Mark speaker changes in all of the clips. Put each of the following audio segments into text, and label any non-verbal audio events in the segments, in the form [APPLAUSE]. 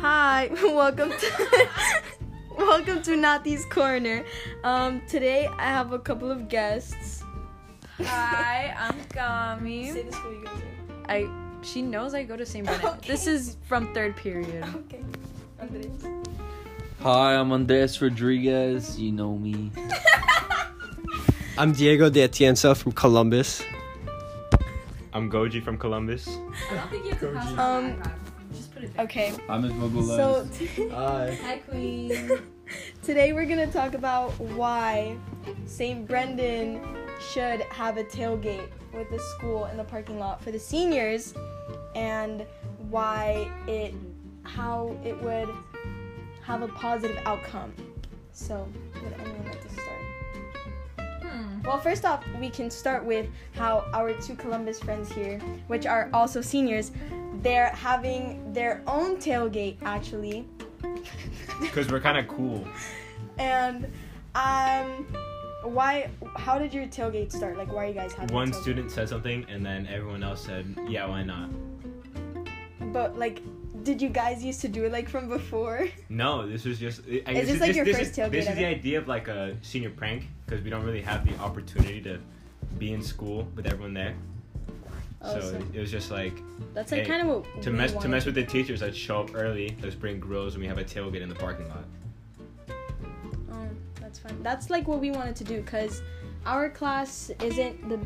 Speaker 1: Hi, [LAUGHS] welcome to [LAUGHS] welcome to Nathy's Corner. Um, today I have a couple of guests.
Speaker 2: Hi, I'm Kami.
Speaker 3: Say the school you go to.
Speaker 2: I she knows I go to St. Bernard.
Speaker 3: Okay.
Speaker 2: This is from third period.
Speaker 3: Okay. Andres.
Speaker 4: Hi, I'm Andres Rodriguez. You know me.
Speaker 5: I'm Diego de Atienza from Columbus.
Speaker 6: I'm Goji from Columbus.
Speaker 7: I don't think you have to pass on
Speaker 1: Um,
Speaker 7: the iPad. Just put it there.
Speaker 1: Okay,
Speaker 4: I'm Ismobulez.
Speaker 1: so
Speaker 5: Hi.
Speaker 7: Hi, Queen.
Speaker 1: [LAUGHS]
Speaker 7: [LAUGHS]
Speaker 1: today we're gonna talk about why St. Brendan should have a tailgate with the school in the parking lot for the seniors, and why it how it would have a positive outcome. So, would anyone like to start?
Speaker 2: Hmm.
Speaker 1: Well, first off, we can start with how our two Columbus friends here, which are also seniors, they're having their own tailgate actually.
Speaker 6: Because we're kind of cool.
Speaker 1: [LAUGHS] and um why how did your tailgate start? Like why are you guys having a
Speaker 6: One
Speaker 1: tailgate?
Speaker 6: student said something, and then everyone else said, yeah, why not?
Speaker 1: But like did you guys used to do it like from before?
Speaker 6: No, this was just. I-
Speaker 1: Is this like your
Speaker 6: this
Speaker 1: first
Speaker 6: is, This
Speaker 1: tailgate
Speaker 6: is the
Speaker 1: ever?
Speaker 6: idea of like a senior prank, because we don't really have the opportunity to be in school with everyone there.
Speaker 1: Oh,
Speaker 6: so
Speaker 1: so-
Speaker 6: it was just like
Speaker 1: That's like
Speaker 6: Hey,
Speaker 1: kind of what
Speaker 6: to
Speaker 1: we
Speaker 6: mess to
Speaker 1: wanted.
Speaker 6: mess with the teachers. I'd show up early. Let's bring grills, and we have a tailgate in the parking lot.
Speaker 1: Oh, that's fun. That's like what we wanted to do cuz our class isn't the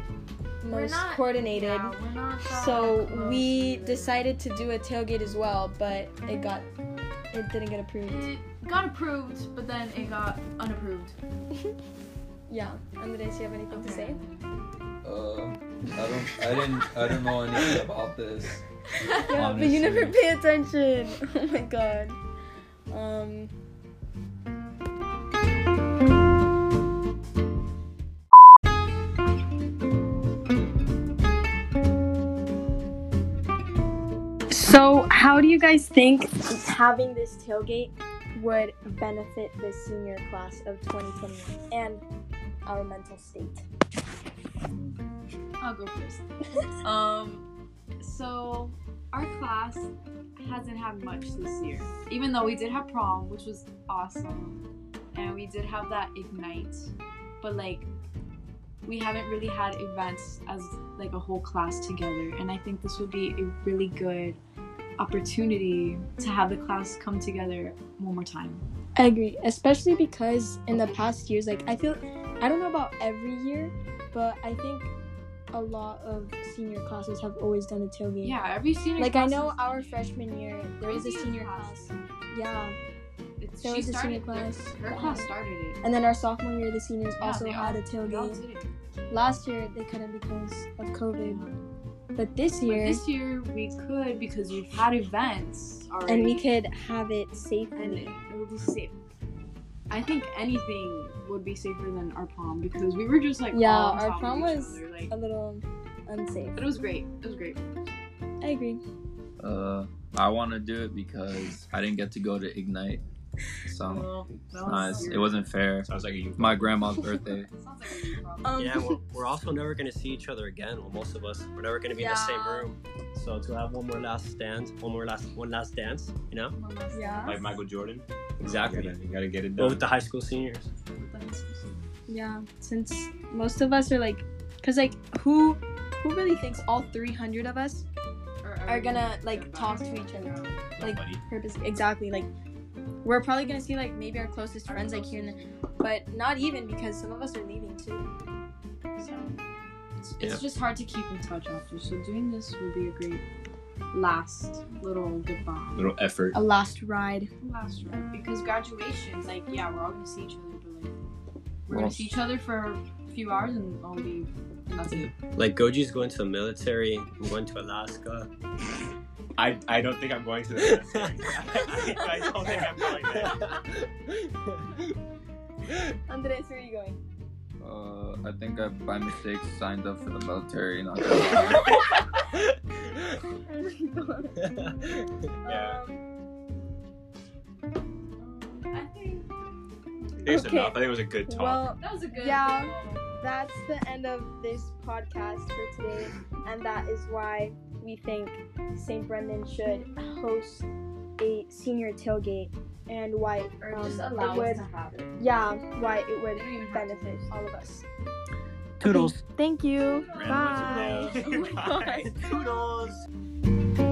Speaker 1: most
Speaker 7: not-
Speaker 1: coordinated.
Speaker 7: Yeah, we're not that
Speaker 1: So
Speaker 7: close.
Speaker 1: we decided to do a tailgate as well, but it got it didn't get approved.
Speaker 7: It got approved, but then it got [LAUGHS] unapproved.
Speaker 1: Yeah. Andres, you have anything to say?
Speaker 4: Uh, I don't. I didn't. I don't know anything about this.
Speaker 1: Yeah, but you never
Speaker 4: Honestly.
Speaker 1: pay attention. [LAUGHS] Oh my god. Um So, how do you guys think having this tailgate would benefit the senior class of 2021 and our mental state?
Speaker 7: I'll go first. um, so our class hasn't had much this year, even though we did have prom, which was awesome, and we did have that ignite, but like we haven't really had events as like a whole class together, and I think this would be a really good opportunity to have the class come together one more time.
Speaker 1: I agree, especially because in the past years, like I feel, I don't know about every year, but I think a lot of senior classes have always done a tailgate.
Speaker 7: Yeah, every senior.
Speaker 1: Like I
Speaker 7: class
Speaker 1: know
Speaker 7: is-
Speaker 1: our freshman year, there was a
Speaker 7: Cynthia's
Speaker 1: senior
Speaker 7: class.
Speaker 1: class. Yeah,
Speaker 7: It's,
Speaker 1: there
Speaker 7: she
Speaker 1: was a senior
Speaker 7: started her-
Speaker 1: class.
Speaker 7: Her, class started it.
Speaker 1: and then our sophomore year, the seniors
Speaker 7: Yeah,
Speaker 1: also
Speaker 7: they all-
Speaker 1: had a
Speaker 7: they all
Speaker 1: tailgate.
Speaker 7: did it.
Speaker 1: Last year they couldn't because of COVID, but this
Speaker 7: But
Speaker 1: year,
Speaker 7: this year we could because we've had events already.
Speaker 1: and we could have it safely.
Speaker 7: And it, it would be safe. I think anything would be safer than our prom because we were just like
Speaker 1: Yeah,
Speaker 7: all on
Speaker 1: our
Speaker 7: top of
Speaker 1: prom
Speaker 7: each
Speaker 1: was-
Speaker 7: other, like,
Speaker 1: a little unsafe.
Speaker 7: but it was great. It was great.
Speaker 1: I agree.
Speaker 4: Uh, I want to do it because I didn't get to go to Ignite, so
Speaker 7: Oh, Well, that was
Speaker 4: nice.
Speaker 7: weird.
Speaker 4: It wasn't fair.
Speaker 6: Sounds like a you.
Speaker 4: My grandma's birthday.
Speaker 7: Sounds like a you problem.
Speaker 1: Um, [LAUGHS]
Speaker 5: Yeah, we're, we're also never going to see each other again. Well, most of us, we're never going to be in the same
Speaker 7: Yeah.
Speaker 5: room. So to have one more last stand, one more last, one last dance, you know,
Speaker 1: yeah.
Speaker 6: Like Michael Jordan.
Speaker 5: Exactly.
Speaker 6: You gotta, you gotta get it
Speaker 5: but
Speaker 6: done.
Speaker 5: with the high school seniors.
Speaker 1: Yeah, since most of us are like, cause like who, who really thinks all 300 of us
Speaker 7: Or
Speaker 1: are gonna
Speaker 7: everyone-
Speaker 1: like talk to each other? Like
Speaker 6: Nobody.
Speaker 1: purpose exactly. Like we're probably gonna see like maybe our closest friends like here and there, but not even because some of us are leaving too.
Speaker 7: So, it's,
Speaker 5: Yeah.
Speaker 7: it's just hard to keep in touch after. So doing this would be a great last little goodbye.
Speaker 6: Little effort.
Speaker 1: A last ride.
Speaker 7: That's right. Because graduation's like, yeah, we're all gonna see each other, but like, we're gonna
Speaker 4: Well-
Speaker 7: see each other for a few hours and I'll leave. And that's it.
Speaker 5: Like Goji's going to the military, I'm going to Alaska. [LAUGHS]
Speaker 6: I, [LAUGHS] I don't think I'm going to the I don't think I'm going there.
Speaker 5: [LAUGHS]
Speaker 1: Andres, where are you [LAUGHS] going?
Speaker 4: Uh, I think I by mistake signed up for the military. Not
Speaker 6: Yeah.
Speaker 1: [LAUGHS] Um,
Speaker 7: I think
Speaker 6: I think it's
Speaker 1: Okay.
Speaker 6: enough. I think it was a good talk.
Speaker 1: well,
Speaker 7: that was a good.
Speaker 1: Yeah. that's the end of this podcast for today, and that is why we think St. Brendan should host a senior tailgate and why
Speaker 7: Or
Speaker 1: um,
Speaker 7: just
Speaker 1: it
Speaker 7: allow
Speaker 1: would-
Speaker 7: us to have it.
Speaker 1: yeah why it
Speaker 7: They
Speaker 1: would
Speaker 7: don't even have to.
Speaker 1: benefit all of us.
Speaker 4: Toodles.
Speaker 1: Thank you.
Speaker 7: [LAUGHS]
Speaker 6: Grandma's
Speaker 7: Oh
Speaker 1: Bye.
Speaker 6: toodles. Toodles.